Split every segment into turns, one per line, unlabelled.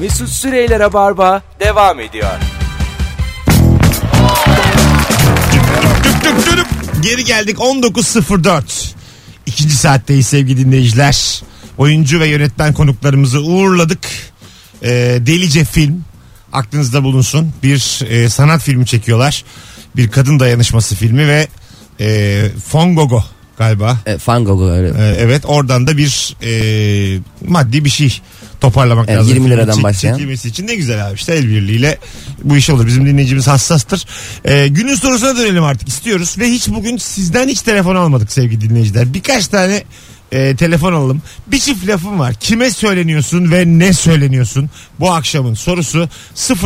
Mesut Süreyler'e barba devam ediyor.
Dük dük dük dük. Geri geldik 19.04. İkinci saatteyiz sevgili dinleyiciler. Oyuncu ve yönetmen konuklarımızı uğurladık. Ee, delice film aklınızda bulunsun. Bir e, sanat filmi çekiyorlar. Bir kadın dayanışması filmi ve e, Fongogo galiba.
E, Van Gogh'u öyle.
Ee, evet oradan da bir e, maddi bir şey toparlamak
Evet,
lazım.
20
Filmin
liradan başlayan.
Çekilmesi için ne güzel abi işte el birliğiyle bu iş olur. Bizim dinleyicimiz hassastır. Ee, günün sorusuna dönelim artık istiyoruz ve hiç bugün sizden hiç telefon almadık sevgili dinleyiciler. Birkaç tane e, telefon alalım. Bir çift lafım var. Kime söyleniyorsun ve ne söyleniyorsun? Bu akşamın sorusu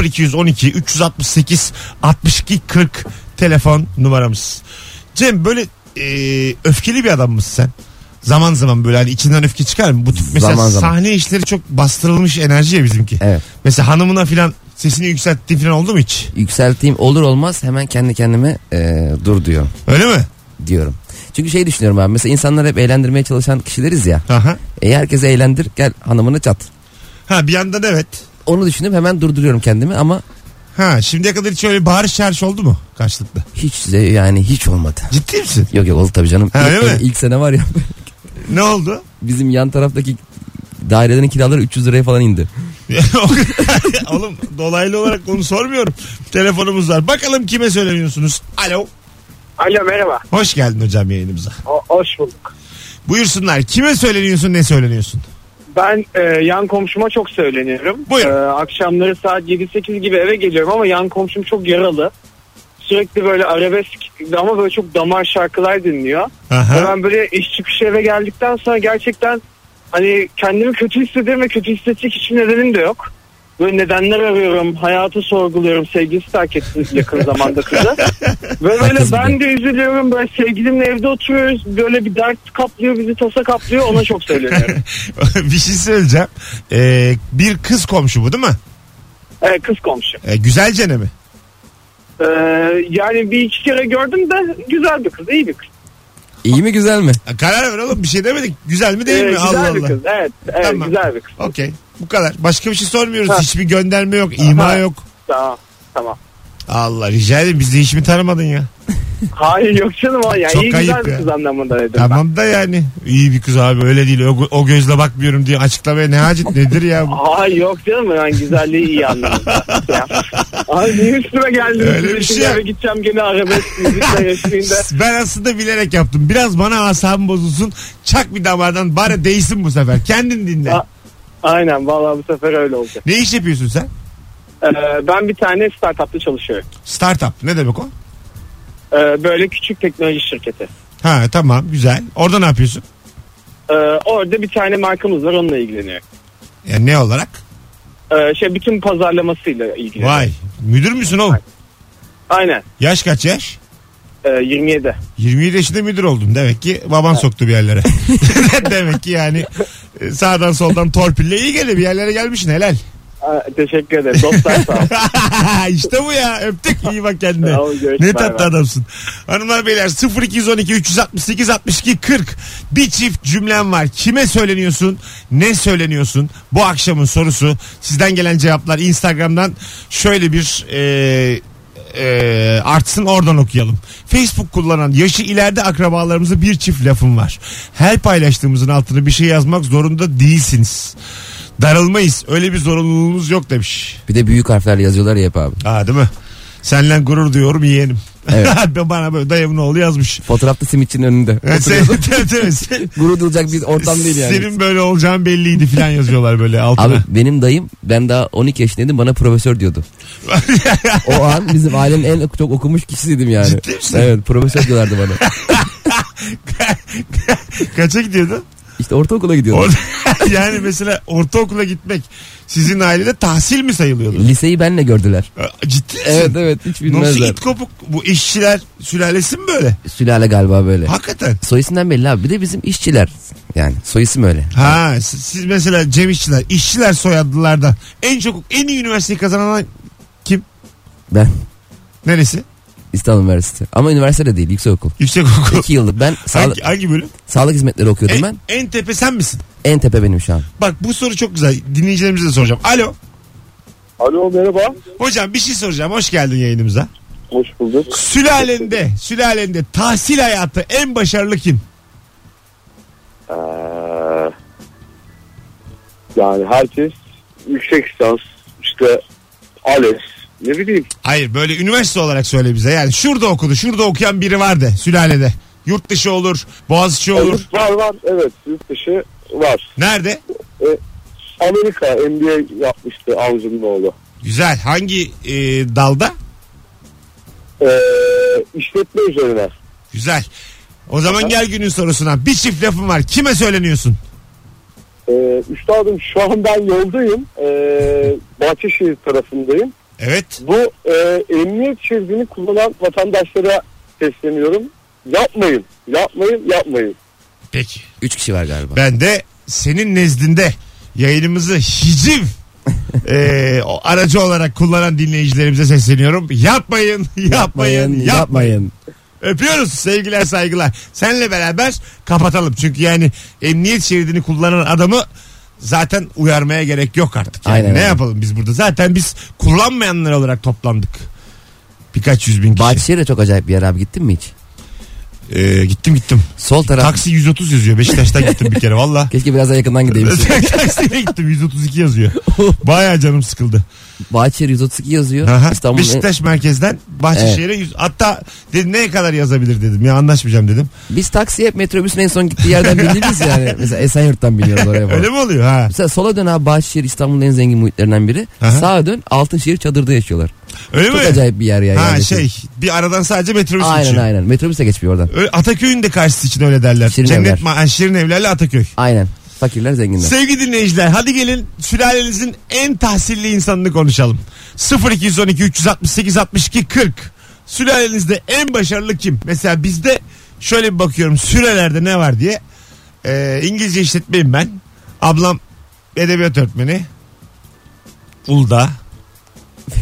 0212 368 62 40 telefon numaramız. Cem böyle e, öfkeli bir adam mısın sen? Zaman zaman böyle hani içinden öfke çıkar mı? Bu tip mesela
Zaman zaman.
sahne Hani işleri çok bastırılmış enerji ya bizimki.
Evet.
Mesela hanımına filan sesini yükselttiğin filan oldu mu hiç?
Yükselteyim olur olmaz hemen kendi kendime e, dur diyor
Öyle mi?
diyorum. Çünkü şey düşünüyorum abi mesela insanlar hep eğlendirmeye çalışan kişileriz ya.
Aha.
E, herkese eğlendir gel hanımını çat.
Ha bir yandan evet.
Onu düşünüp hemen durduruyorum kendimi ama
Ha şimdiye kadar hiç öyle bağırış çağırış oldu mu karşılıklı?
hiç ze- yani hiç olmadı.
Ciddi misin?
Yok yok oldu tabii canım.
Ha,
ilk,
öyle mi?
ilk sene var ya
Ne oldu?
bizim yan taraftaki dairelerin kiraları 300 liraya falan indi.
Oğlum dolaylı olarak onu sormuyorum. Telefonumuz var. Bakalım kime söyleniyorsunuz? Alo.
Alo merhaba.
Hoş geldin hocam yayınımıza.
O- hoş bulduk.
Buyursunlar. Kime söyleniyorsun ne söyleniyorsun?
Ben e, yan komşuma çok söyleniyorum.
Buyurun.
E, akşamları saat 7-8 gibi eve geliyorum ama yan komşum çok yaralı. Sürekli böyle arabesk ama böyle çok damar şarkılar dinliyor.
Aha.
Ve ben böyle iş çıkışı eve geldikten sonra gerçekten hani kendimi kötü hissediyorum ve kötü hissedecek hiçbir nedenim de yok. Böyle nedenler arıyorum, hayatı sorguluyorum. Sevgilisi terk etti yakın zamanda kızı. ve böyle
Haklısın.
ben de üzülüyorum. Böyle sevgilimle evde oturuyoruz. Böyle bir dert kaplıyor, bizi tasa kaplıyor. Ona çok söyleniyorum.
bir şey söyleyeceğim. Ee, bir kız komşu bu değil mi?
Ee, kız komşu.
Ee, güzelce ne mi?
Ee, yani bir iki kere gördüm de güzel bir kız, iyi bir kız.
İyi mi güzel mi?
Ha, Karar ver oğlum bir şey demedik. Güzel mi değil
Ee,
mi?
güzel
Allah
bir
Allah.
kız. Evet, evet
Tamam.
güzel bir kız.
Okey. Bu kadar. Başka bir şey sormuyoruz.
Ha.
Hiçbir gönderme yok. ima
Aha.
yok.
Tamam, tamam.
Allah rica ederim. Bizi hiç mi tanımadın ya?
Hayır yok canım. o. Yani
Çok
iyi
ayıp
güzel bir
ya.
kız anlamında dedim. ben.
Tamam da yani. İyi bir kız abi öyle değil. O, gö- o gözle bakmıyorum diye açıklamaya ne hacet nedir ya? bu?
Aa yok canım ben güzelliği iyi anladım. Ya. Ay niye üstüme geldiniz?
Öyle
Sizin
bir şey
için
yok.
Eve gideceğim gene arabesk müzikle eşliğinde.
Ben aslında bilerek yaptım. Biraz bana asabım bozulsun. Çak bir damardan bari değsin bu sefer. Kendin dinle.
Aa. Aynen vallahi bu sefer öyle oldu.
Ne iş yapıyorsun sen?
Ee, ben bir tane startupta çalışıyorum.
Startup. Ne demek o?
Ee, böyle küçük teknoloji şirketi.
Ha tamam güzel. Orada ne yapıyorsun?
Ee, orada bir tane markamız var onunla ilgileniyor.
Yani ne olarak?
Ee, şey bütün pazarlamasıyla ilgileniyor.
Vay. Müdür müsün oğlum?
Aynen.
Yaş kaç yaş?
Ee, 27.
27 yaşında müdür oldum. Demek ki baban soktu bir yerlere. Demek ki yani e, sağdan soldan torpille iyi gelir bir yerlere gelmişsin helal.
Aa, teşekkür ederim. Dostlar sağ olun.
işte bu ya öptük iyi bak kendine.
Sağ ol, görüşürüz,
ne
bay
tatlı
bay.
adamsın. Hanımlar beyler 0212 368 62 40 bir çift cümlem var. Kime söyleniyorsun? Ne söyleniyorsun? Bu akşamın sorusu. Sizden gelen cevaplar Instagram'dan şöyle bir e, e, artsın oradan okuyalım. Facebook kullanan yaşı ileride akrabalarımıza bir çift lafım var. Her paylaştığımızın altına bir şey yazmak zorunda değilsiniz. Darılmayız. Öyle bir zorunluluğumuz yok demiş.
Bir de büyük harflerle yazıyorlar ya hep abi.
Ha değil mi? Senle gurur duyuyorum yeğenim.
Evet.
Ben Bana böyle dayımın oğlu yazmış.
Fotoğrafta simitçinin önünde.
Evet, şey- sen-
Oturuyordu.
tabii, tabii, sen-
Gurur duyulacak bir ortam değil yani.
Senin böyle olacağın belliydi falan yazıyorlar böyle altına.
Abi benim dayım ben daha 12 yaşındaydım bana profesör diyordu. o an bizim ailenin en çok okumuş kişisiydim yani.
Ciddi misin?
Evet profesör diyorlardı bana.
Kaça gidiyordun?
İşte ortaokula gidiyordum.
Orada- yani mesela ortaokula gitmek sizin ailede tahsil mi sayılıyordu?
Liseyi benle gördüler.
Ciddi misin?
Evet evet hiç
Nasıl
bilmezler.
it kopuk bu işçiler sülalesi mi böyle?
Sülale galiba böyle.
Hakikaten.
Soy isimden belli abi. Bir de bizim işçiler. Yani soy isim öyle.
Ha siz siz mesela Cem işçiler, işçiler soyadlılardan en çok en iyi üniversiteyi kazanan kim?
Ben
Neresi?
İstanbul Üniversitesi. Ama üniversitede değil yüksekokul.
Yüksekokul.
2 yıllık ben sağlık,
Hangi, hangi bölüm?
sağlık hizmetleri okuyordum
En,
ben.
en tepe sen misin?
En tepe benim şu an.
Bak bu soru çok güzel. Dinleyicilerimize de soracağım. Alo.
Alo merhaba.
Hocam bir şey soracağım. Hoş geldin yayınımıza.
Hoş bulduk.
Sülalende, sülalende tahsil hayatı en başarılı kim?
Ee, yani herkes yüksek lisans işte ALES ne bileyim
Hayır böyle üniversite olarak söyle bize. Yani şurada okudu, şurada okuyan biri var de sülalede. Yurt dışı olur, Boğaziçi olur.
Evet, var var evet yurt dışı var. Ee,
Nerede?
Amerika NBA yapmıştı Avcı'nın oğlu.
Güzel. Hangi e, dalda?
Ee, işletme üzerine.
Güzel. O zaman gel günün sorusuna. Bir çift lafım var. Kime söyleniyorsun?
Ee, üstadım şu an ben yoldayım. Ee, Bahçeşehir tarafındayım.
Evet.
Bu e, emniyet şeridini kullanan vatandaşlara sesleniyorum. Yapmayın, yapmayın, yapmayın.
Peki.
Üç kişi var galiba.
Ben de senin nezdinde yayınımızı hiciv e, o aracı olarak kullanan dinleyicilerimize sesleniyorum. Yapmayın, yapmayın, yapmayın. Öpüyoruz sevgiler saygılar. Senle beraber kapatalım. Çünkü yani emniyet şeridini kullanan adamı zaten uyarmaya gerek yok artık. Yani
Aynen
ne
öyle.
yapalım biz burada? Zaten biz kullanmayanlar olarak toplandık. Birkaç yüz bin kişi.
Bahçeşehir de çok acayip bir yer abi gittin mi hiç?
Ee, gittim gittim.
Sol taraf.
Taksi 130 yazıyor. Beşiktaş'tan gittim bir kere valla.
Keşke biraz daha yakından gideyim.
Taksiye gittim 132 yazıyor. Baya canım sıkıldı.
Bahçeşehir 132 yazıyor.
Aha,
İstanbul'un en-
Beşiktaş merkezden Bahçeşehir'e yüz- hatta dedim ne kadar yazabilir dedim ya anlaşmayacağım dedim.
Biz taksiye hep metrobüsün en son gittiği yerden bindiğimiz yani. Mesela Esenyurt'tan biniyoruz oraya falan.
Öyle mi oluyor ha?
Mesela sola dön abi Bahçeşehir İstanbul'un en zengin muhitlerinden biri.
Aha.
Sağa dön Altınşehir çadırda yaşıyorlar.
Öyle
Çok
mi?
acayip bir yer ya.
Ha
yani.
şey bir aradan sadece metrobüs
Aynen
geçiyor.
aynen. Metrobüse geçmiyor oradan.
Öyle, Ataköy'ün de karşısı için öyle derler.
Şirin
Cennet
evler.
ma ha, Şirin Evler'le Ataköy.
Aynen. Fakirler zenginler.
Sevgili dinleyiciler hadi gelin sülalenizin en tahsilli insanını konuşalım. 0212 368 62 40 Sülalenizde en başarılı kim? Mesela bizde şöyle bir bakıyorum sürelerde ne var diye. Ee, İngilizce işletmeyim ben. Ablam edebiyat öğretmeni. Uludağ.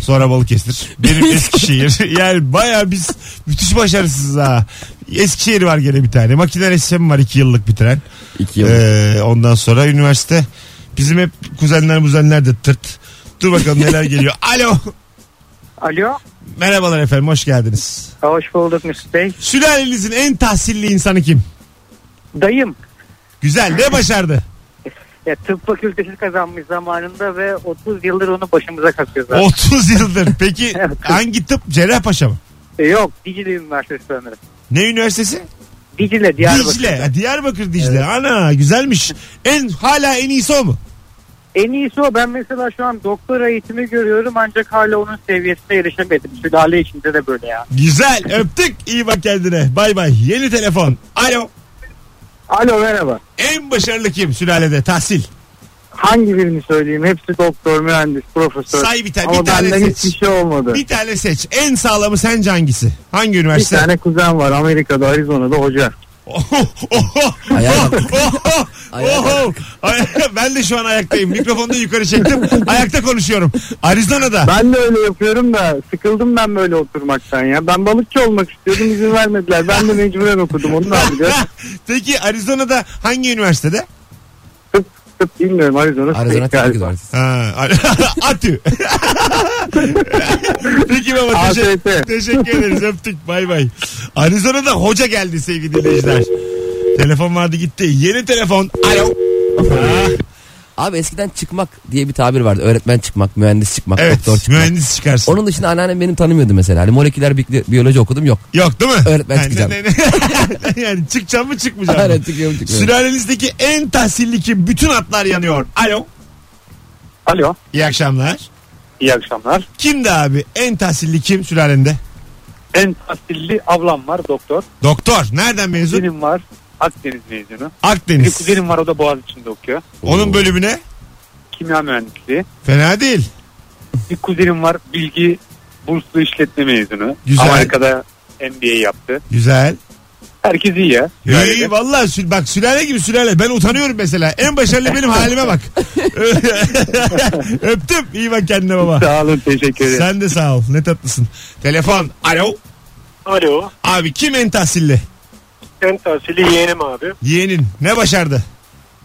Sonra Balıkesir. Benim Eskişehir. Yani baya biz müthiş başarısız ha. Eskişehir var gene bir tane. Makine resmi var iki yıllık bitiren.
İki yıl.
Ee, ondan sonra üniversite. Bizim hep kuzenler muzenler de tırt. Dur bakalım neler geliyor. Alo.
Alo.
Merhabalar efendim hoş geldiniz.
Hoş bulduk Mesut Bey.
Sülalenizin en tahsilli insanı kim?
Dayım
Güzel ne başardı?
ya tıp fakültesi kazanmış zamanında ve 30 yıldır onu başımıza kakıyor zaten.
30 yıldır. Peki hangi tıp? Cerrahpaşa mı?
E, Yok Dicle Üniversitesi sanırım.
Ne üniversitesi?
Dicle Diyarbakır.
Dicle. Ha, Diyarbakır Dicle. Ana güzelmiş. En hala en iyisi o mu?
En iyisi o. Ben mesela şu an doktora eğitimi görüyorum ancak hala onun seviyesine erişemedim. Sülale içinde de böyle ya.
Güzel. Öptük. İyi bak kendine. Bay bay. Yeni telefon. Alo.
Alo merhaba.
En başarılı kim sülalede? Tahsil.
Hangi birini söyleyeyim? Hepsi doktor, mühendis, profesör.
Say bir tane- bir tane
benden
seç.
hiçbir şey olmadı.
Bir tane seç. En sağlamı sence hangisi? Hangi
Bir
üniversite?
tane kuzen var Amerika'da, Arizona'da hoca.
Oho, oho,
Ayağa
oho, oho,
Ayağa
oho. Ay- ben de şu an ayaktayım. Mikrofonu da yukarı çektim. Ayakta konuşuyorum. Arizona'da.
Ben de öyle yapıyorum da sıkıldım ben böyle oturmaktan ya. Ben balıkçı olmak istiyordum izin vermediler. Ben de mecburen okudum onu ne yapacağız?
Peki Arizona'da hangi üniversitede?
Tıp, tıp bilmiyorum Arizona.
Arizona
State
Teknik
galiba.
Üniversitesi.
Ha, Atü. Peki baba teşekkür,
AFT.
teşekkür ederiz. Öptük. Bay bay. Arizona'da hoca geldi sevgili dinleyiciler. Telefon vardı gitti. Yeni telefon. Alo. Ah,
Abi eskiden çıkmak diye bir tabir vardı. Öğretmen çıkmak, mühendis çıkmak,
evet.
doktor çıkmak.
Mühendis çıkarsın.
Onun dışında anneannem benim tanımıyordu mesela. Hani moleküler bi- biyoloji okudum yok.
Yok değil mi?
Öğretmen
Yani-
çıkacağım.
yani çıkacağım mı çıkmayacağım mı?
Aynen çıkıyorum çıkıyorum.
Sülalenizdeki en tahsilli kim? Bütün atlar yanıyor. Alo.
Alo.
İyi akşamlar.
İyi akşamlar.
Kimdi abi? En tahsilli kim sülalende?
En tahsilli ablam var doktor.
Doktor. Nereden mezun?
Kuzenim var Akdeniz mezunu. Bir
Akdeniz.
kuzenim var o da Boğaz içinde okuyor.
Onun bölümüne?
Kimya mühendisliği.
Fena değil.
Bir kuzenim var Bilgi Burslu işletme mezunu.
Güzel.
Amerika'da MBA yaptı.
Güzel.
Herkes iyi ya.
İyi, İyi valla sül- bak sülale gibi sülale. Ben utanıyorum mesela. En başarılı benim halime bak. Öptüm. İyi bak kendine baba.
Sağ olun teşekkür ederim.
Sen de sağ ol. Ne tatlısın. Telefon. Alo.
Alo.
Abi kim en tahsilli?
En tahsili yeğenim abi.
Yeğenin. Ne başardı?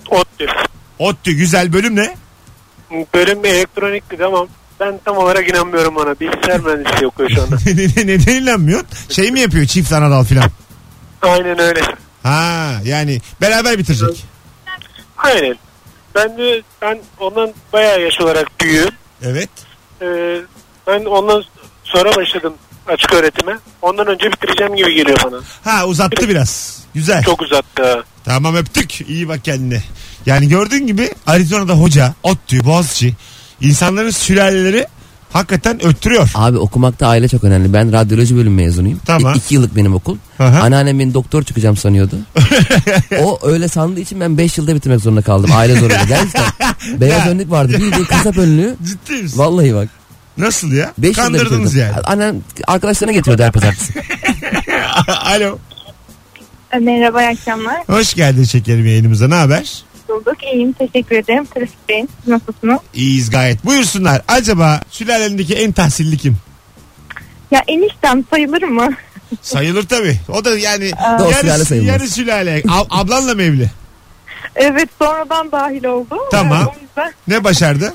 ODTÜ.
ODTÜ güzel bölüm ne?
Bölüm bir elektronikti tamam. Ben tam olarak inanmıyorum ona. Bilgisayar mühendisliği okuyor şu anda.
Neden inanmıyorsun? Şey mi yapıyor çift anadal filan?
Aynen öyle.
Ha yani beraber bitirecek.
Aynen. Ben de ben ondan bayağı yaş olarak büyüğüm.
Evet.
Ee, ben ondan sonra başladım açık öğretime. Ondan önce bitireceğim gibi geliyor bana.
Ha uzattı biraz. Güzel.
Çok uzattı.
Tamam öptük. İyi bak kendine. Yani gördüğün gibi Arizona'da hoca, ODTÜ, Boğaziçi insanların sülaleleri hakikaten öttürüyor.
Abi okumakta aile çok önemli. Ben radyoloji bölüm mezunuyum.
Tamam.
İ- iki yıllık benim okul.
Aha.
Anneannem beni doktor çıkacağım sanıyordu. o öyle sandığı için ben 5 yılda bitirmek zorunda kaldım. Aile zorunda. Gerçekten beyaz önlük vardı. Bir de kasap önlüğü.
Ciddi misin?
Vallahi bak.
Nasıl ya?
5 yılda
Kandırdınız
bitirdim.
yani.
Annem arkadaşlarına getiriyordu her pazartesi.
Alo.
Merhaba, iyi akşamlar.
Hoş geldin şekerim yayınımıza. Ne haber?
Bulduk. İyiyim, teşekkür ederim. Trafikteyim. Siz Nasılsınız?
İyiyiz gayet. Buyursunlar. Acaba sülalendeki en tahsilli kim?
Ya eniştem sayılır mı?
Sayılır tabii. O da yani
O sülale
yarı,
sayılmaz.
yarı sülale. Ab- ablanla mı evli?
Evet, sonradan dahil oldu.
Tamam.
Ee, O yüzden
Ne başardı?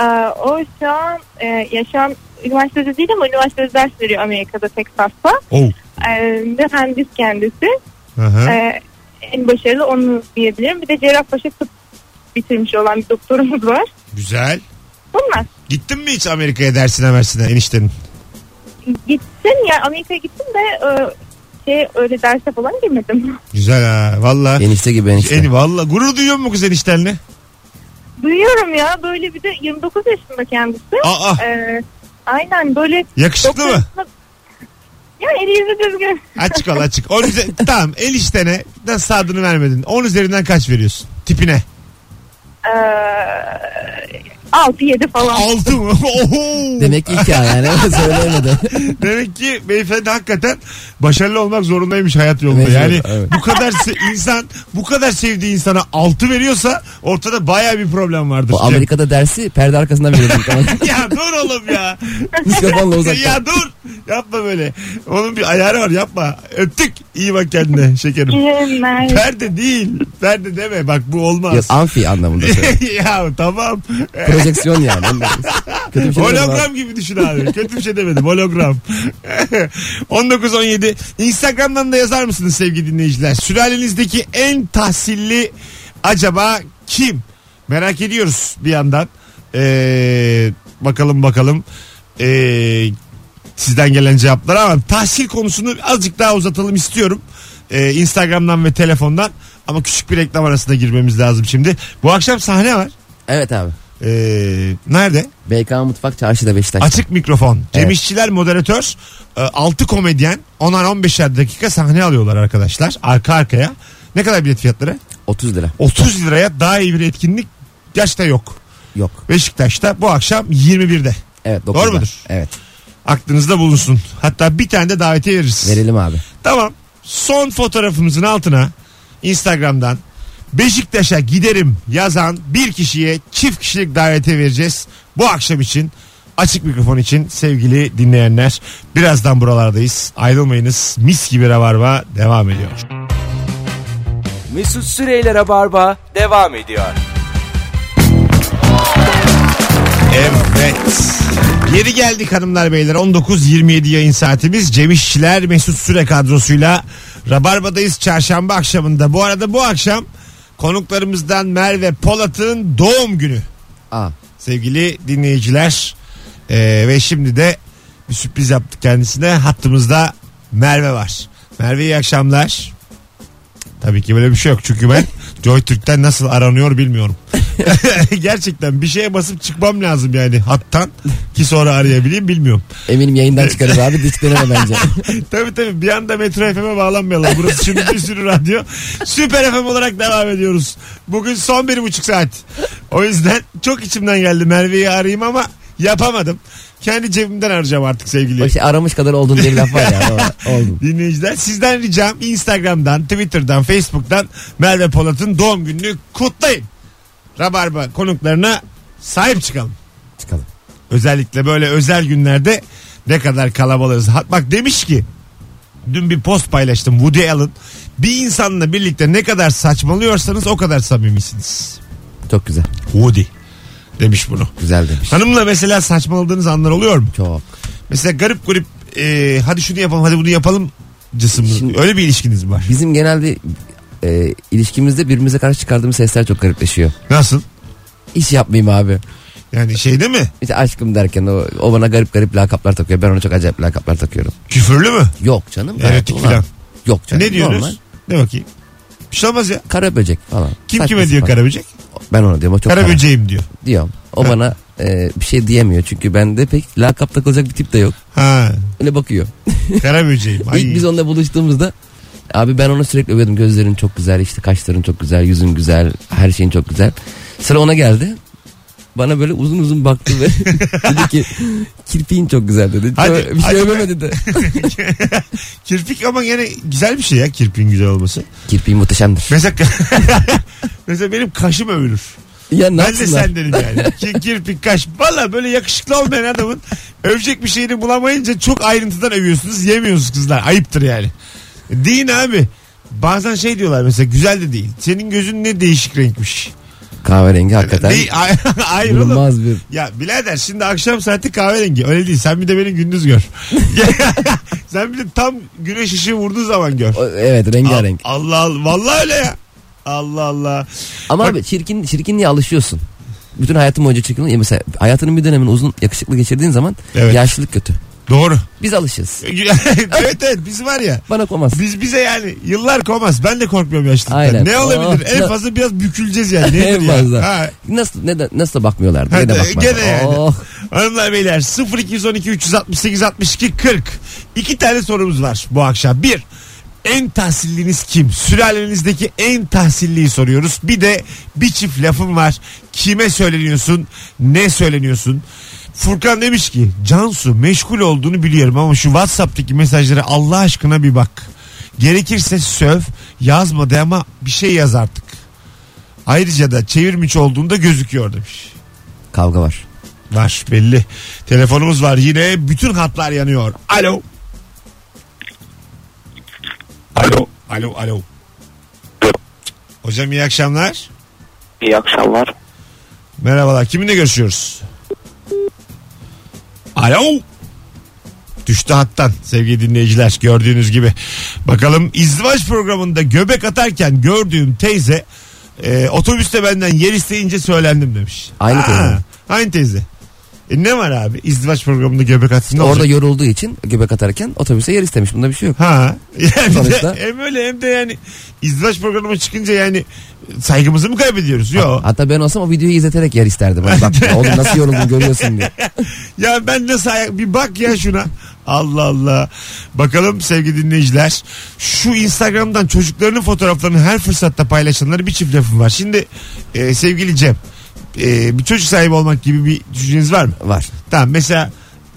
Ee, o şu an e, ya şu an üniversitede değil ama üniversitede ders veriyor Amerika'da Texas'ta.
Oh.
Ee, mühendis kendisi.
Hı hı.
Ee, en başarılı onu diyebilirim. Bir de Cerrahpaşa tıp bitirmiş olan bir doktorumuz var.
Güzel.
Bunlar.
Gittin mi hiç Amerika'ya dersine mersine eniştenin?
Gittim ya Amerika'ya gittim de e, şey öyle derse falan girmedim.
Güzel ha. Valla.
Enişte gibi enişte.
En, valla gurur duyuyor mu kız eniştenle?
Duyuyorum ya böyle bir de 29 yaşında kendisi.
Aa,
Ee, aynen böyle
yakışıklı mı?
doktorasını- Ya eli yüzü düzgün.
Açık ol açık. On üzer- tamam eniştene nasıl adını vermedin? 10 üzerinden kaç veriyorsun? Tipine.
Ee, 6-7 falan.
6 mı? Oho!
Demek ki iki ay yani. Söyleyemedi.
Demek ki beyefendi hakikaten başarılı olmak zorundaymış hayat yolunda.
Mecbur,
yani
evet.
bu kadar se- insan bu kadar sevdiği insana 6 veriyorsa ortada baya bir problem vardır.
O Amerika'da dersi perde arkasından veriyorduk.
ya dur oğlum ya.
Mikrofonla uzakta.
ya dur. Yapma böyle. Onun bir ayarı var yapma. Öptük. İyi bak kendine şekerim.
Günler.
Perde değil. Perde deme bak bu olmaz.
Yok, amfi anlamında söylüyorum.
ya tamam.
Projeksiyon yani. Kötü bir şey demem abi.
Hologram gibi düşün abi. Kötü bir şey demedim. Hologram. 19-17. Instagram'dan da yazar mısınız sevgili dinleyiciler? Sülalenizdeki en tahsilli acaba kim? Merak ediyoruz bir yandan. Ee, bakalım bakalım. Ee, sizden gelen cevaplar ama tahsil konusunu azıcık daha uzatalım istiyorum. Ee, Instagram'dan ve telefondan. Ama küçük bir reklam arasında girmemiz lazım şimdi. Bu akşam sahne var.
Evet abi.
Ee, nerede?
BK Mutfak Çarşı'da Beşiktaş.
Açık mikrofon. Cem
Evet.
İşçiler moderatör. 6 komedyen. 10'ar 15'er dakika sahne alıyorlar arkadaşlar. Arka arkaya. Ne kadar bilet fiyatları?
30 lira.
30 liraya daha iyi bir etkinlik gerçekten yok.
Yok.
Beşiktaş'ta bu akşam 21'de.
Evet.
Doğru
9 lira.
mudur?
Evet.
Aklınızda bulunsun. Hatta bir tane de davetiye veririz.
Verelim abi.
Tamam. Son fotoğrafımızın altına Instagram'dan Beşiktaş'a giderim yazan bir kişiye çift kişilik davete vereceğiz. Bu akşam için açık mikrofon için sevgili dinleyenler. Birazdan buralardayız. Ayrılmayınız. Mis gibi rabarba devam ediyor.
Mesut Süreyler'e barba devam ediyor.
Evet. Geri geldik hanımlar beyler. 19.27 yayın saatimiz. Cem İşçiler Mesut Süre kadrosuyla Rabarba'dayız çarşamba akşamında. Bu arada bu akşam konuklarımızdan Merve Polat'ın doğum günü.
Aa.
sevgili dinleyiciler. Ee, ve şimdi de bir sürpriz yaptık kendisine. Hattımızda Merve var. Merve iyi akşamlar. Tabii ki böyle bir şey yok. Çünkü ben Joy Türk'ten nasıl aranıyor bilmiyorum. Gerçekten bir şeye basıp çıkmam lazım yani hattan ki sonra arayabileyim bilmiyorum.
Eminim yayından çıkarız abi. Hiç deneme bence.
Tabii tabii bir anda Metro FM'e bağlanmayalım. Burası şimdi bir sürü radyo. Süper FM olarak devam ediyoruz. Bugün son bir buçuk saat. O yüzden çok içimden geldi Merve'yi arayayım ama yapamadım. Kendi cebimden arayacağım artık sevgili
o şey aramış kadar oldun diye bir laf var ya. O- Oldun.
dinleyiciler. Sizden ricam Instagram'dan, Twitter'dan, Facebook'tan Merve Polat'ın doğum gününü kutlayın. Rabarba konuklarına sahip çıkalım.
Çıkalım.
Özellikle böyle özel günlerde ne kadar kalabalığız. Hat- Bak demiş ki dün bir post paylaştım Woody Allen. Bir insanla birlikte ne kadar saçmalıyorsanız o kadar samimisiniz.
Çok güzel.
Woody. demiş bunu.
Güzel demiş.
Hanımla mesela saçmaladığınız anlar oluyor mu?
Çok.
Mesela garip garip e, hadi şunu yapalım hadi bunu yapalım cısım.
Şimdi-
Öyle bir ilişkiniz mi var.
Bizim genelde e, ilişkimizde birbirimize karşı çıkardığımız sesler çok garipleşiyor.
Nasıl?
İş yapmayayım abi.
Yani şeyde mi?
İşte aşkım derken o, o bana garip garip lakaplar takıyor. Ben ona çok acayip lakaplar takıyorum.
Küfürlü mü?
Yok canım.
Erotik
Ulan,
filan.
Yok canım.
ne diyoruz?
normal.
Ne bakayım? Bir şey olmaz ya.
Kara böcek falan.
Kim
Saçma
kime diyor
sapan.
karaböcek?
Ben ona diyorum. O çok kara
Karaböceğim diyor.
diyorum. O bana e, bir şey diyemiyor. Çünkü bende pek lakap takılacak bir tip de yok.
Ha,
Öyle bakıyor.
karaböceğim. Ay.
İlk biz onunla buluştuğumuzda abi ben onu sürekli övüyordum. Gözlerin çok güzel, işte kaşların çok güzel, yüzün güzel, her şeyin çok güzel. Sıra ona geldi. Bana böyle uzun uzun baktı ve dedi ki kirpiğin çok güzel dedi.
Hadi,
Böyle bir şey
hadi.
övemedi de.
Kirpik ama yine güzel bir şey ya kirpiğin güzel olması.
Kirpiğin muhteşemdir.
Mesela mesela benim kaşım övülür.
Ya
Ben
ne
de
yapsınlar?
sen dedim yani. Ki- Kirpik kaş. Valla böyle yakışıklı olmayan adamın övecek bir şeyini bulamayınca çok ayrıntıdan övüyorsunuz. Yemiyorsunuz kızlar. Ayıptır yani. Deyin abi. Bazen şey diyorlar mesela güzel de değil. Senin gözün ne değişik renkmiş.
Kahverengi hakikaten.
Değil- Ay- Hayır oğlum.
Bulunmaz bir.
Ya birader şimdi akşam saati kahverengi. Öyle değil. Sen bir de beni gündüz gör. Sen bir de tam güneş ışığı vurduğu zaman gör.
O- Evet rengarenk.
Al- Allah Allah. Vallahi öyle ya. Allah Allah.
Ama abi çirkin çirkinliğe alışıyorsun. Bütün hayatın boyunca çirkin ya mesela hayatının bir dönemini uzun yakışıklı geçirdiğin zaman
Evet.
yaşlılık kötü.
Doğru.
Biz alışırız.
evet evet biz var ya.
Bana komaz.
Biz bize yani yıllar komaz. Ben de korkmuyorum yaşlılıktan.
Aynen.
Ne olabilir?
Oh,
en
na-
fazla biraz büküleceğiz yani. Nedir
En
ya?
fazla.
Ha.
Nasıl neden nasıl da bakmıyorlardı?
Hadi,
Gene bakmıyorlar.
e, gene yani.
Oh.
Hanımlar beyler 0212 368 62 40. İki tane sorumuz var bu akşam. Bir en tahsilliniz kim? Sülalenizdeki en tahsilliyi soruyoruz. Bir de bir çift lafım var. Kime söyleniyorsun? Ne söyleniyorsun? Furkan demiş ki Cansu meşgul olduğunu biliyorum ama şu Whatsapp'taki mesajlara Allah aşkına bir bak. Gerekirse söv yazmadı ama bir şey yaz artık. Ayrıca da çevirmiş olduğunda gözüküyor demiş.
Kavga var.
Var belli. Telefonumuz var yine. Bütün hatlar yanıyor. Alo. Alo. Alo alo. Hocam iyi akşamlar.
İyi akşamlar.
Merhabalar. Kiminle görüşüyoruz? Alo. Düştü hattan sevgili dinleyiciler gördüğünüz gibi. Bakalım izdivaç programında göbek atarken gördüğüm teyze e, otobüste benden yer isteyince söylendim demiş.
Aynı
Aa,
teyze.
Aynı teyze. E, ne var abi izdivaç programında göbek atsın ne
Orada
olacak?
yorulduğu için göbek atarken otobüse yer istemiş. Bunda bir şey yok.
Ha. Yani bir de,
Sonuçta-
hem öyle hem de yani izdivaç programı çıkınca yani saygımızı mı kaybediyoruz? Yok.
Hatta ben olsam o videoyu izleterek yer isterdim. Hani bak oğlum nasıl yoruldun görüyorsun diye.
Ya ben nasıl ayak... Bir bak ya şuna. Allah Allah. Bakalım sevgili dinleyiciler. Şu Instagram'dan çocuklarının fotoğraflarını her fırsatta paylaşanlara bir çift lafım var. Şimdi e, sevgili Cem. e, bir çocuk sahibi olmak gibi bir düşünceniz var mı?
Var.
Tamam mesela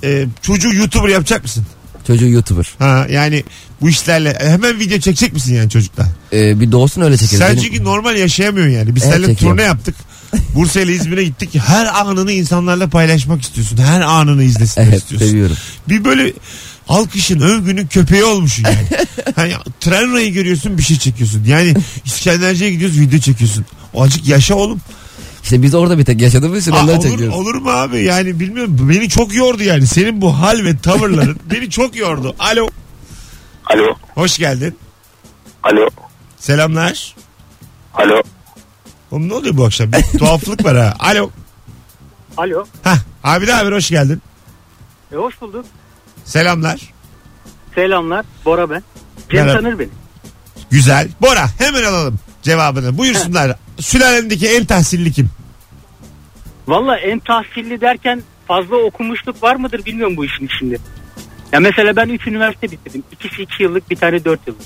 e, çocuğu YouTuber yapacak mısın?
Çocuğu YouTuber.
Ha yani bu işlerle hemen video çekecek misin yani çocukla?
Ee, bir doğsun öyle çekeriz.
Sen
Benim-
çünkü normal yaşayamıyorsun yani. Biz
Evet,
seninle
çekiyorum.
turne yaptık. Bursa ile İzmir'e gittik. Her anını insanlarla paylaşmak istiyorsun. Her anını izlesinler
Evet
istiyorsun.
seviyorum.
Bir böyle alkışın, övgünün köpeği olmuşsun yani. hani tren rayı görüyorsun bir şey çekiyorsun. Yani İskenderci'ye gidiyoruz video çekiyorsun. O Azıcık yaşa oğlum.
İşte biz orada bir tek yaşadığımız için
Aa,
onları
olur,
çekiyoruz.
olur mu abi? Yani bilmiyorum. Beni çok yordu yani. Senin bu hal ve tavırların beni çok yordu. Alo.
Alo.
Hoş geldin.
Alo.
Selamlar.
Alo.
Oğlum ne oluyor bu akşam? Bir tuhaflık var ha. Alo.
Alo.
Hah. Abi de haber hoş geldin.
E, hoş bulduk.
Selamlar.
Selamlar. Bora ben. Cem
Merhaba.
tanır beni.
Güzel. Bora hemen alalım cevabını. Buyursunlar. Sülalendeki en tahsilli kim?
Valla en tahsilli derken fazla okumuşluk var mıdır bilmiyorum bu işin içinde. Ya mesela ben 3 üniversite bitirdim. İkisi 2 yıllık bir tane 4 yıllık.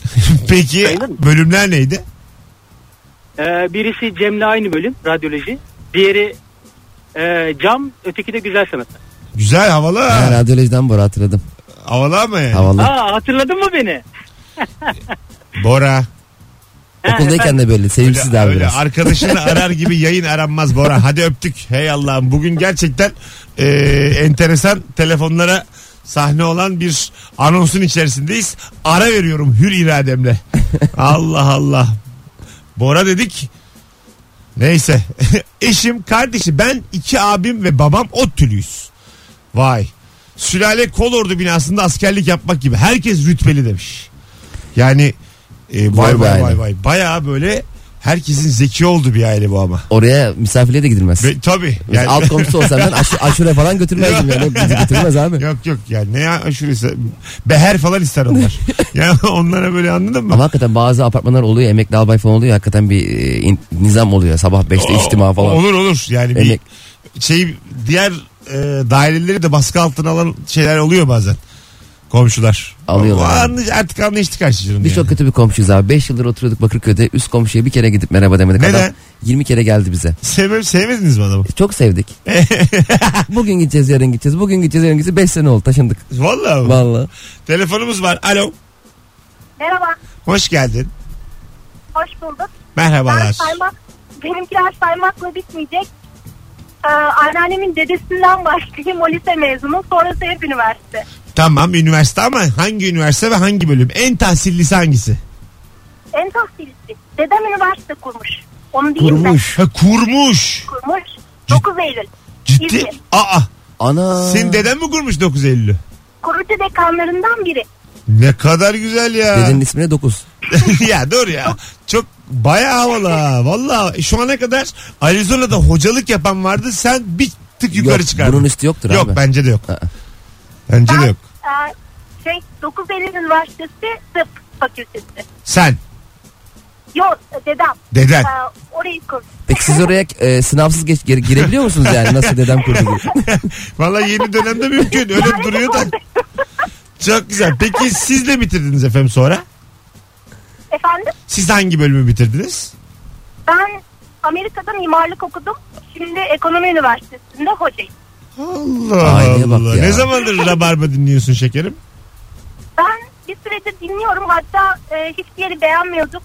Peki
Sayılır mı?
bölümler neydi?
Ee, birisi Cem'le aynı bölüm radyoloji. Diğeri e, cam öteki de güzel sanatlar.
Güzel havalı. ha.
Ha, radyolojiden Bora hatırladım.
Havalı ama yani.
Havalı.
Aa hatırladın mı beni?
Bora.
Ha,
Okuldayken de böyle sevimsiz abi
öyle
biraz.
arkadaşını arar gibi yayın aranmaz Bora. Hadi öptük. Hey Allah'ım. Bugün gerçekten e, enteresan telefonlara sahne olan bir anonsun içerisindeyiz. Ara veriyorum hür irademle. Allah Allah. Bora dedik. Neyse. Eşim, kardeşi, ben iki abim ve babam ODTÜ'lüyüz. Vay. Sülale kolordu binasında askerlik yapmak gibi. Herkes rütbeli demiş. Yani e, vay
Vay be
vay vay
aile.
vay. Bayağı böyle herkesin zeki oldu bir aile bu ama.
Oraya misafirliğe de gidilmez.
Ve, tabii.
Mesela alt komşu olsam ben aş- aşure falan götürmezdim yani. Bizi götürmez abi.
Yok yok ya ne ya aşuresi. Beher falan ister onlar. yani onlara böyle anladın mı?
Ama hakikaten bazı apartmanlar oluyor. Emekli albay falan oluyor. Hakikaten bir e, in- nizam oluyor. Sabah 5'te içtima falan.
Olur olur. Yani bir
Emek-
şey diğer e, daireleri de baskı altına alan şeyler oluyor bazen. Komşular.
Alıyorlar
Ama
yani.
anlay- artık anlayıştık her şeyden.
Biz
yani.
çok kötü bir komşuyuz abi. 5 yıldır oturuyorduk Bakırköy'de. Üst komşuya bir kere gidip merhaba demedik.
Neden?
Adam 20 kere geldi bize.
Sebep sevmediniz mi adamı?
Çok sevdik. Bugün gideceğiz yarın gideceğiz. Bugün gideceğiz yarın gideceğiz. 5 sene oldu taşındık.
Vallahi. mi?
Vallahi.
Telefonumuz var. Alo.
Merhaba,
Hoş geldin.
hoş bulduk. Ben
Merhabalar.
saymak, benimkiler saymakla bitmeyecek. Ee, anneannemin dedesinden başlayayım o lise mezunu. Sonrası hep üniversite.
Tamam üniversite ama hangi üniversite ve hangi bölüm? En tahsillisi hangisi?
En tahsilisi. Dedem üniversite kurmuş. Onu değil mi?
Kurmuş.
Ha, kurmuş.
Kurmuş. 9 Eylül.
Ciddi.
İzmir.
Aa.
Ana.
Senin deden mi kurmuş 9 Eylül'ü?
Kurucu dekanlarından biri.
Ne kadar güzel ya.
Dedenin ismine 9.
ya dur ya. Çok bayağı havalı ha. Valla şu ana kadar Arizona'da hocalık yapan vardı. Sen bir tık yukarı
Yok,
çıkardın.
bunun üstü yoktur
yok,
abi.
bence de yok.
Aa.
Bence de
Ben,
yok.
e, şey 9 Eylül Üniversitesi Tıp Fakültesi.
Sen
Yok dedem.
deden.
E, orayı kurmuş.
Peki siz oraya e, sınavsız geç, gire- girebiliyor musunuz yani? Nasıl dedem kurdu diye.
Valla yeni dönemde mümkün. Öyle duruyor da. Çok güzel. Peki siz de bitirdiniz efendim sonra?
Efendim
Siz hangi bölümü bitirdiniz?
ben Amerika'da mimarlık okudum. Şimdi ekonomi üniversitesinde hocayım.
Allah
Aileye bak
Allah.
ya.
Ne zamandır rabarba dinliyorsun şekerim?
Ben bir süredir dinliyorum. Hatta e, hiçbir yeri beğenmiyorduk.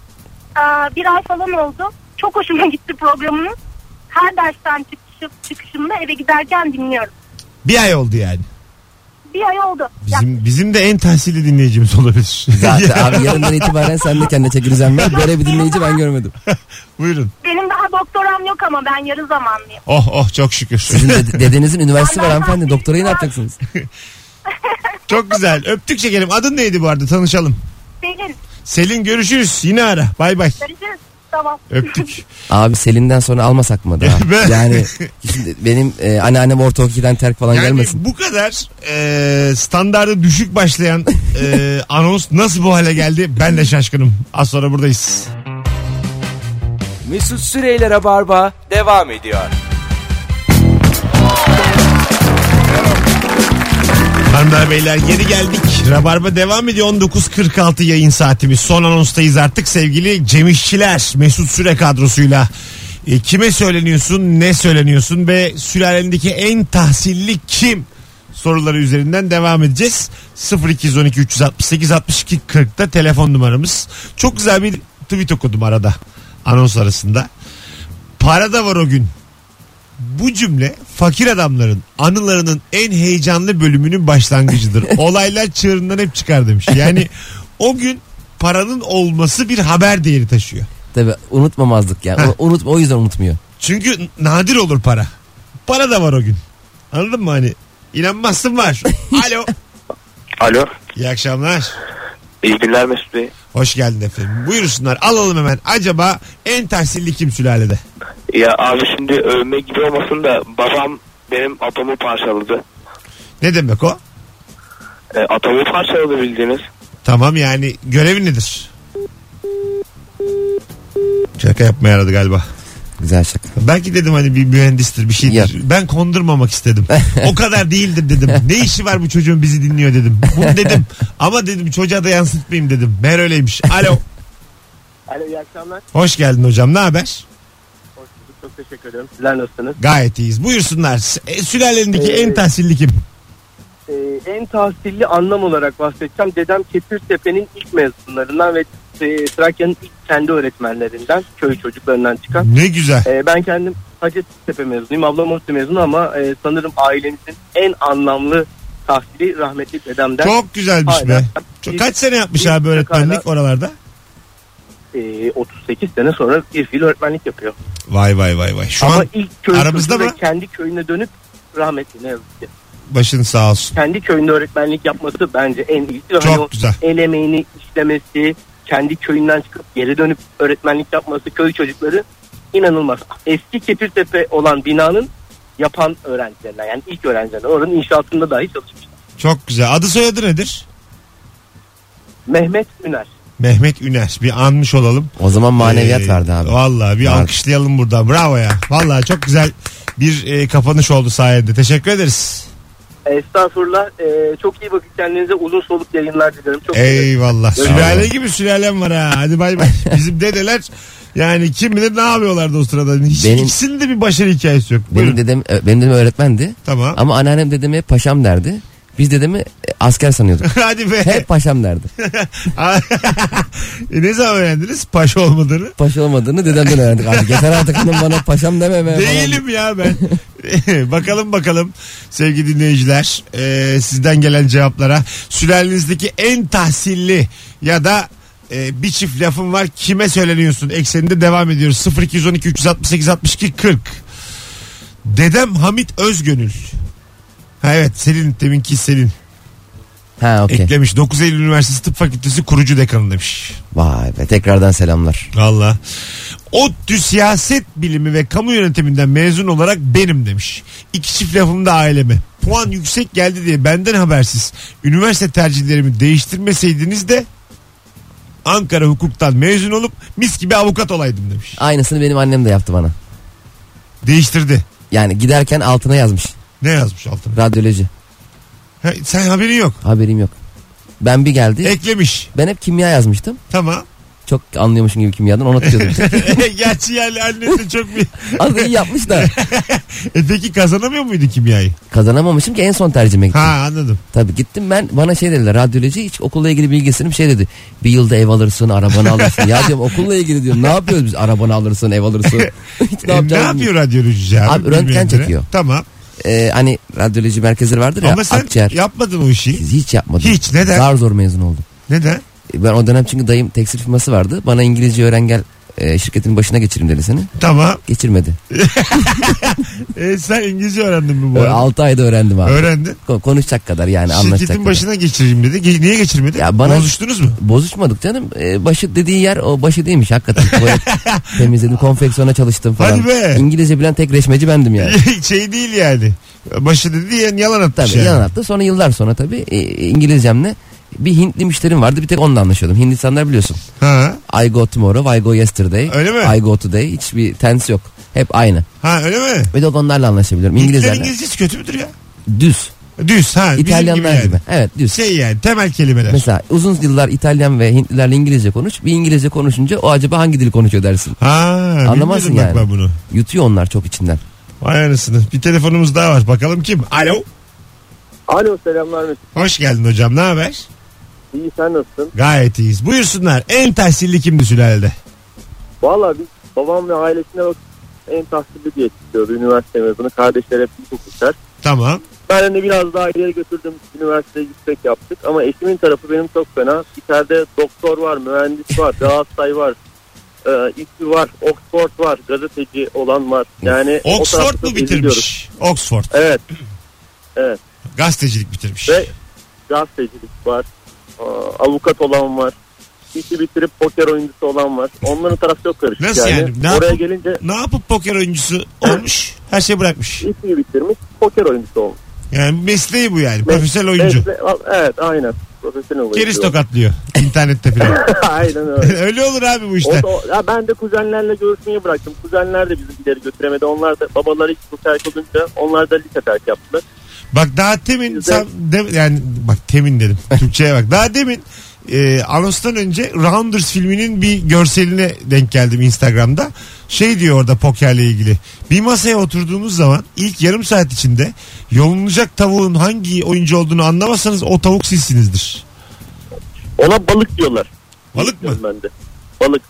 E, bir ay falan oldu. Çok hoşuma gitti programınız. Her dersten çıkışıp, çıkışımda eve giderken dinliyorum.
Bir ay oldu yani.
Bir ay oldu. Ya,
Bizim bizim de en tahsilli dinleyicimiz olabilir.
Zaten abi yarından itibaren sen de kendine çekileceğim. Ben böyle bir dinleyici ben görmedim.
Buyurun.
benim daha doktoram yok ama ben yarı zamanlıyım.
Oh oh çok şükür.
Sizin de- dedenizin üniversitesi var hanımefendi. Doktorayı ne yapacaksınız?
Çok güzel. Öptük şekerim. Adın neydi bu arada? Tanışalım.
Selin,
Selin görüşürüz. Yine ara. Bay bay.
görüşürüz. Tamam.
Öptük.
Abi Selin'den sonra almasak mı daha?
Ben-
yani şimdi benim e, anneannem orta okiden terk falan
Yani
gelmesin.
bu kadar e, standardı düşük başlayan e, anons nasıl bu hale geldi? Ben de şaşkınım. Az sonra buradayız.
Mesut Süreyler'e barba devam ediyor.
Hanımlar beyler geri geldik. Rabarba devam ediyor. 19.46 yayın saatimiz. Son anonstayız artık sevgili Cemişçiler. Mesut Süre kadrosuyla. E, kime söyleniyorsun, ne söyleniyorsun ve sülalendeki en tahsilli kim? Soruları üzerinden devam edeceğiz. 0212 368 62 40'ta telefon numaramız. Çok güzel bir tweet okudum arada. Anons arasında. Para da var o gün bu cümle fakir adamların anılarının en heyecanlı bölümünün başlangıcıdır. Olaylar çığırından hep çıkar demiş. Yani o gün paranın olması bir haber değeri taşıyor.
Tabii unutmamazlık yani.
Heh.
O, unutma, o yüzden unutmuyor.
Çünkü nadir olur para. Para da var o gün. Anladın mı hani? İnanmazsın var. Alo.
Alo.
İyi akşamlar.
İyi günler Mesut Bey.
Hoş geldin efendim. Buyursunlar alalım hemen. Acaba en tahsilli kim sülalede?
Ya abi şimdi övme gibi olmasın da babam benim atomu parçaladı.
Ne demek o?
E, atomu parçaladı bildiğiniz.
Tamam yani görevi nedir? Şaka yapmaya yaradı galiba.
Güzel şaka.
Belki dedim hani bir mühendistir bir şeydir.
Yap.
Ben kondurmamak istedim. o kadar değildir dedim. Ne işi var bu çocuğun bizi dinliyor dedim. Bunu dedim. Ama dedim çocuğa da yansıtmayayım dedim. Meğer öyleymiş. Alo.
Alo iyi akşamlar.
Hoş geldin hocam. Ne haber?
Hoş bulduk. Çok teşekkür ederim. Sizler nasılsınız?
Gayet iyiyiz. Buyursunlar. S- e, Sülalendeki
Ee,
en tahsilli kim?
Ee, en tahsilli anlam olarak bahsedeceğim. Dedem Kefirtepe'nin ilk mezunlarından ve e, Trakya'nın ilk kendi öğretmenlerinden, köy çocuklarından çıkan.
Ne güzel.
Ee, ben kendim Hacettepe mezunuyum. Ablam Orta mezunu ama e, sanırım ailemizin en anlamlı tahsili rahmetli dedemden.
Çok güzelmiş
Hala-
be. Çok- kaç sene yapmış
Bir-
abi öğretmenlik
hala-
oralarda?
Ee, e, 38 sene sonra bir fiil öğretmenlik yapıyor.
Vay vay vay vay. Şu
Ama
an
ilk köy
aramızda
çocuğu ve
mı?
kendi köyüne dönüp rahmetli ne yazık ki.
başın sağ olsun.
Kendi köyünde öğretmenlik yapması bence en iyisi. Ve hani o
Çok güzel.
el emeğini işlemesi, kendi köyünden çıkıp geri dönüp öğretmenlik yapması köy çocukları inanılmaz. Eski Kepirtepe olan binanın yapan öğrencilerinden yani ilk öğrencilerinden oranın inşaatında dahi çalışmışlar.
Çok güzel. Adı soyadı nedir?
Mehmet Üner.
Mehmet Üner. Bir anmış olalım.
O zaman maneviyat
Ee,
vardı abi.
Vallahi bir
Var.
alkışlayalım burada. Bravo ya. Vallahi çok güzel bir e, kapanış oldu sayende. Teşekkür ederiz.
Estağfurullah. Ee, çok iyi bakın kendinize. Uzun soluk yayınlar dilerim. Çok
Eyvallah.
Sağ
Sülale gibi sülalem var ha. Hadi bay bay. Bizim dedeler yani kim bilir ne yapıyorlardı o sırada. Hiç,
Benim-
ikisinin de bir başarı hikayesi yok. Buyurun.
Benim dedem, e, benim dedem öğretmendi.
Tamam.
Ama anneannem dedeme paşam derdi. Biz dedemi e, asker sanıyorduk.
Hadi be.
Hep paşam derdi.
E, ne zaman öğrendiniz paşa olmadığını?
Paşa olmadığını dedemden öğrendik abi. Yeter artık hanım bana paşam deme be.
Değilim ya ben. bakalım bakalım sevgili dinleyiciler e, sizden gelen cevaplara sülalenizdeki en tahsilli ya da e, bir çift lafım var kime söyleniyorsun ekseninde devam ediyoruz 0212 368 62 40 Dedem Hamit Özgönül Ha evet senin deminki senin
Ha okey.
eklemiş 9 Eylül Üniversitesi Tıp Fakültesi kurucu dekanı demiş.
Vay be tekrardan selamlar.
Valla. ODTÜ siyaset bilimi ve kamu yönetiminden mezun olarak benim demiş. İki çift lafım da aileme. Puan yüksek geldi diye benden habersiz üniversite tercihlerimi değiştirmeseydiniz de Ankara hukuktan mezun olup mis gibi avukat olaydım demiş.
Aynısını benim annem de yaptı bana.
Değiştirdi.
Yani giderken altına yazmış.
Ne yazmış altına?
Radyoloji.
Ha, sen haberin yok.
Haberim yok. Ben bir geldi.
Eklemiş.
ben hep kimya yazmıştım.
Tamam. E,
Çok anlıyormuşum gibi kimyadan onu tutuyordum.
Gerçi yani annen de çok bir...
Az iyi yapmış da
E peki kazanamıyor muydu kimyayı?
kazanamamışım ki en son tercihime gittim.
Ha anladım.
Tabii gittim ben bana şey dediler radyoloji hiç okulla ilgili bilgisini şey dedi. Bir yılda ev alırsın arabanı alırsın. ya diyorum okulla ilgili diyorum ne yapıyoruz biz arabanı alırsın ev alırsın. hiç ne
E, Ne,
yapacağız
yapıyor radyoloji abi?
Abi, röntgen
bilmeyenlere?
çekiyor.
Tamam.
hani radyoloji merkezleri vardır ya
Ama sen
akciğer.
yapmadın o işi.
Biz hiç yapmadım.
Hiç, neden?
Zar zor mezun oldum.
Neden?
E, Ben o dönem çünkü dayım tekstil firması vardı. Bana İngilizce öğren gel e, şirketin başına geçireyim dedi seni.
Tamam.
Geçirmedi.
E, sen İngilizce öğrendin mi bu
Böyle
arada?
6 ayda öğrendim abi.
Öğrendin.
Ko- Konuşacak kadar yani anlaşacak
Şirketin
kadar.
başına geçireyim dedi. Ge- niye geçirmedi?
Ya bana-
Bozuştunuz mu?
Bozuşmadık canım. E, başı dediği yer o başı değilmiş hakikaten. Tuvalet temizledim, konfeksiyona çalıştım falan.
Hadi be.
İngilizce bilen tek reşmeci bendim yani.
şey değil yani. Başı dedi yani yalan atmış
tabii
yani.
yalan attı. Sonra yıllar sonra tabii e, İngilizcemle bir Hintli müşterim vardı. Bir tek onunla anlaşıyordum. Hindistanlar biliyorsun.
Ha.
I go tomorrow, I go yesterday.
Öyle mi?
I go today. Hiçbir tense yok. Hep aynı.
ha öyle mi?
Ve de onlarla anlaşabiliyorum.
İngilizler
İngilizlerle.
İngilizcesi kötü müdür ya?
Düz.
Düz ha. bizim
İtalyanlar gibi.
yani.
Evet düz.
Şey yani temel kelimeler.
Mesela uzun yıllar İtalyan ve Hintlilerle İngilizce konuş. Bir İngilizce konuşunca o acaba hangi dil konuşuyor dersin.
Ha,
Anlamazsın
bilmiyordum Bak
yani.
ben bunu.
Yutuyor onlar çok içinden.
Vay anasını. Bir telefonumuz daha var. Bakalım kim? Alo.
Alo selamlar Mesut.
Hoş geldin hocam. Ne haber?
İyi sen nasılsın?
Gayet iyiyiz. Buyursunlar. En tahsilli kimdi sülalede?
Valla biz babam ve ailesine bak en tahsilli diye çıkıyordu üniversite mezunu. Kardeşler hep hukukçular.
Tamam.
Ben de biraz daha ileri götürdüm. Üniversiteye yüksek yaptık. Ama eşimin tarafı benim çok fena. İçeride doktor var, mühendis var, Galatasaray var. E, İTÜ var, Oxford var, gazeteci olan var. Yani o
Oxford
tarafta
mu
eziliyoruz.
bitirmiş? Oxford.
Evet,
Gazetecilik bitirmiş.
Ve- gazetecilik var. e, Avukat olan var. İşi bitirip poker oyuncusu olan var. Onların tarafı çok karışık
Nasıl yani? Ne
Oraya
yapıp-
gelince
Ne yapıp poker oyuncusu olmuş? Her şeyi bırakmış.
İTÜ'yü bitirmiş, poker oyuncusu olmuş.
Yani mesleği bu yani. Profesyonel oyuncu.
Mesle- evet, aynen. Profesyonel oyuncu.
Keriz tokatlıyor. internette falan.
aynen öyle.
Öyle olur abi bu
O
işte.
da, ya ben de kuzenlerle görüşmeyi bıraktım. Kuzenler de bizi ileri götüremedi. Onlar da babaları hiç bu terk olunca onlar da lise terk yaptılar.
Bak daha temin
Güzel.
sen de- yani bak temin dedim. Türkçeye bak. Daha demin e, anonstan önce Rounders filminin bir görseline denk geldim Instagram'da. Şey diyor orada pokerle ilgili. Bir masaya oturduğunuz zaman ilk yarım saat içinde yolunacak tavuğun hangi oyuncu olduğunu anlamazsanız o tavuk sizsinizdir.
Ona balık diyorlar.
Balık mı?
Diyorum Ben de. Balık.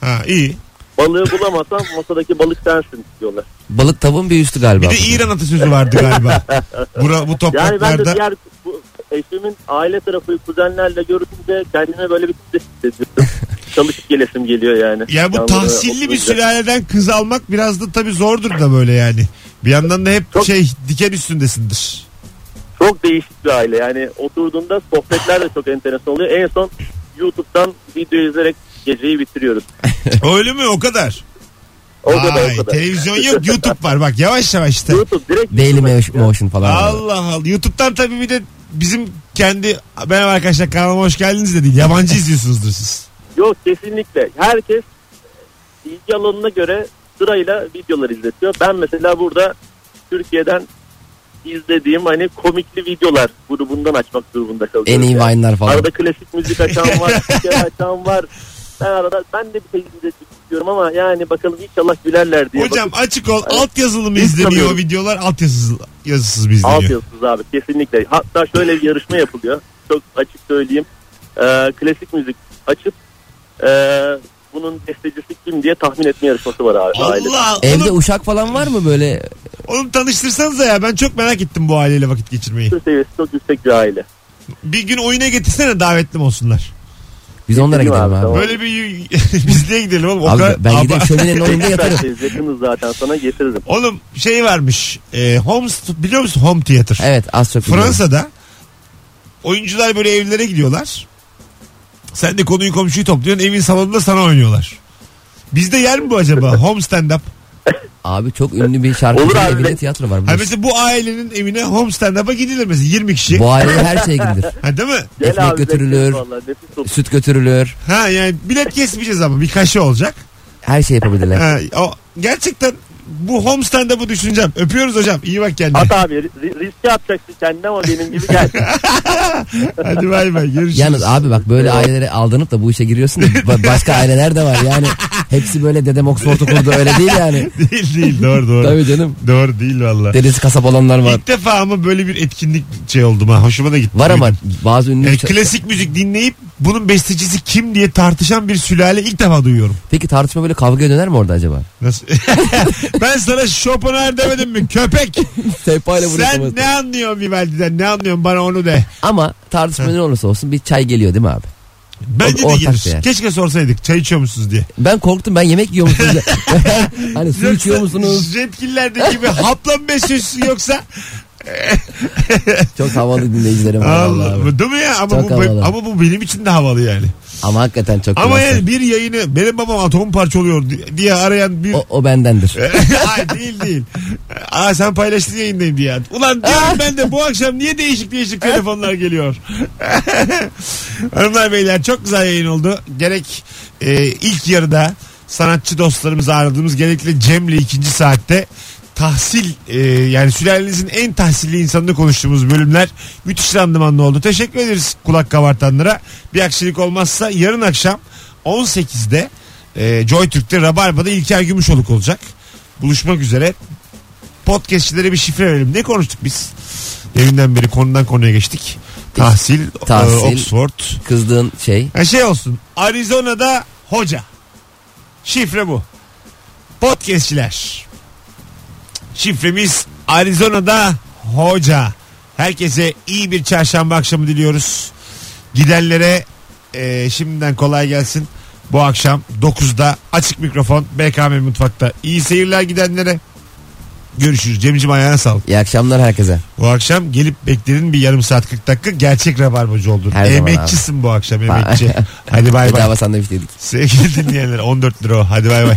Ha iyi.
Balığı bulamazsan masadaki balık sensin diyorlar.
Balık tavuğun bir üstü
Bir
galiba.
de İran atasözü vardı galiba. Bura, bu
Yani ben de
topraklarda.
diğer bu, eşimin aile tarafı kuzenlerle görüşünce kendime böyle bir kitle hissediyorum. çalışıp gelesim geliyor yani.
Ya bu
Yalnız
tahsilli bir
okuyunca.
sülaleden kız almak biraz da tabii zordur da böyle yani. Bir yandan da hep
Çok-
şey diken üstündesindir.
Çok değişik bir aile yani oturduğunda sohbetler de çok enteresan oluyor. En son YouTube'dan video izleyerek geceyi bitiriyoruz.
Öyle mi o kadar?
O kadar
Ay,
o kadar.
televizyon yok YouTube var bak yavaş yavaş işte.
YouTube direkt
Daily
YouTube'a-
Motion falan. var.
Allah Allah. YouTube'dan tabii bir de bizim kendi merhaba arkadaşlar kanalıma hoş geldiniz de değil. Yabancı izliyorsunuzdur siz.
Yok kesinlikle. Herkes ilgi alanına göre sırayla videolar izletiyor. Ben mesela burada Türkiye'den izlediğim hani komikli videolar grubundan açmak durumunda
En
kalıyorum.
iyi
Yani.
Vine'lar falan.
Arada klasik müzik açan var, şarkı açan var. Ben arada ben de bir tecrübe istiyorum ama yani bakalım inşallah gülerler diye.
Hocam
Bakın,
açık ol.
Evet.
Alt yazılı mı
Biz
izleniyor o
tanıyoruz.
videolar? Alt yazısız, yazısız mı
alt
izleniyor?
yazısız abi kesinlikle. Hatta şöyle bir yarışma yapılıyor. Çok açık söyleyeyim. Ee, klasik müzik açıp ee, bunun bestecisi kim diye tahmin etme yarışması var abi. ailede.
Allah.
Evde
Oğlum,
uşak falan var mı böyle?
oğlum tanıştırsanıza ya. Ben çok merak ettim bu aileyle vakit geçirmeyi.
kültür seviyesi çok yüksek bir aile.
Bir gün oyuna getirsene davetlim olsunlar.
Biz onlara
Bizim
gidelim
abi,
abi.
tamam.
Böyle bir bizliğe gidelim oğlum. O kadar-
Abi ben
Aba-
giderim şöminenin önünde yatarım.
Süpersiniz, Yakınız zaten sana getiririm.
Oğlum şey varmış. E, home, biliyor musun home theater?
Evet az çok biliyorum.
Fransa'da oyuncular böyle evlere gidiyorlar. Sen de konuyu komşuyu topluyorsun. Evin salonunda sana oynuyorlar. Bizde yer mi bu acaba? Home stand up.
Abi çok ünlü bir şarkıcı
Olur abi.
evinde tiyatro var.
Ha
biliyorsun.
mesela bu ailenin evine home stand up'a gidilir mesela 20 kişi.
Bu aileye her şey gidilir.
Ha değil mi?
Gel
Ekmek
abi,
götürülür.
bekleriz vallahi, nefis olur.
Süt götürülür.
Ha yani bilet kesmeyeceğiz ama bir kaşı olacak.
Her şey yapabilirler.
Ha, o, gerçekten bu home stand up'ı düşüneceğim. Öpüyoruz hocam. İyi bak kendine.
At abi ri- riske atacaksın kendine ama benim gibi gel.
Hadi bay bay. Görüşürüz.
Yalnız abi bak böyle ailelere aldanıp da bu işe giriyorsun da ba- başka aileler de var yani. Hepsi böyle dedem Oxford'u kurdu öyle değil yani.
değil değil doğru doğru.
Tabii canım.
Doğru değil valla.
Dedesi kasap olanlar var.
İlk defa ama böyle bir etkinlik şey oldum ha. Hoşuma da gitti.
Var ama bazı ünlü...
Yani klasik müzik dinleyip bunun bestecisi kim diye tartışan bir sülale ilk defa duyuyorum.
Peki tartışma böyle kavgaya döner mi orada acaba?
Nasıl? ben sana Chopin'ar demedim mi köpek?
Sehpayla
Sen ne anlıyorsun Vivaldi'den ne anlıyorsun bana onu de.
Ama tartışma ne olursa olsun bir çay geliyor değil mi abi?
Bence
O-
de
ortak bir
gelir.
yer.
Keşke sorsaydık çay içiyor musunuz diye.
Ben korktum ben yemek yiyor musunuz? hani su
Yoksa
içiyor musunuz?
Jetkillerdeki gibi hapla mı besliyorsun yoksa?
Çok havalı dinleyicilerim var.
Allah
Allah.
Allah. Değil mi ya? Ama
Çok
bu,
havalı.
ama bu benim için de havalı yani.
Ama hakikaten çok
Ama
klas.
yani bir yayını benim babam atom parçalıyor di- diye arayan bir...
o, o bendendir.
Ay değil değil. Aa sen paylaştın yayındaydı ya. Ulan diyorum ben de bu akşam niye değişik değişik telefonlar geliyor. Hanımlar beyler çok güzel yayın oldu. Gerek e, ilk yarıda sanatçı dostlarımızı aradığımız gerekli Cem'le ikinci saatte tahsil e, yani sülalenizin en tahsilli insanını konuştuğumuz bölümler müthiş randımanlı oldu. Teşekkür ederiz kulak kabartanlara. Bir aksilik olmazsa yarın akşam 18'de e, Joy Türk'te Rabarba'da İlker Gümüşoluk olacak. Buluşmak üzere. Podcastçilere bir şifre verelim. Ne konuştuk biz? Deminden beri konudan konuya geçtik. Tahsil,
Tahsil.
e, Oxford,
Kızdığın şey.
Ha şey olsun. Arizona'da hoca. Şifre bu. Podcastçiler. Şifremiz Arizona'da hoca. Herkese iyi bir çarşamba akşamı diliyoruz. Gidenlere e, şimdiden kolay gelsin. Bu akşam 9'da açık mikrofon BKM Mutfak'ta. İyi seyirler gidenlere. Görüşürüz. Cemciğim ayağına sağlık.
İyi akşamlar herkese.
Bu akşam gelip beklerin bir yarım saat 40 dakika gerçek rabarbacı oldun.
Her zaman
Emekçisin bu akşam emekçi. Hadi bay bay.
Bedava sandviç yedik.
Sevgili dinleyenler 14 lira o. Hadi bay bay.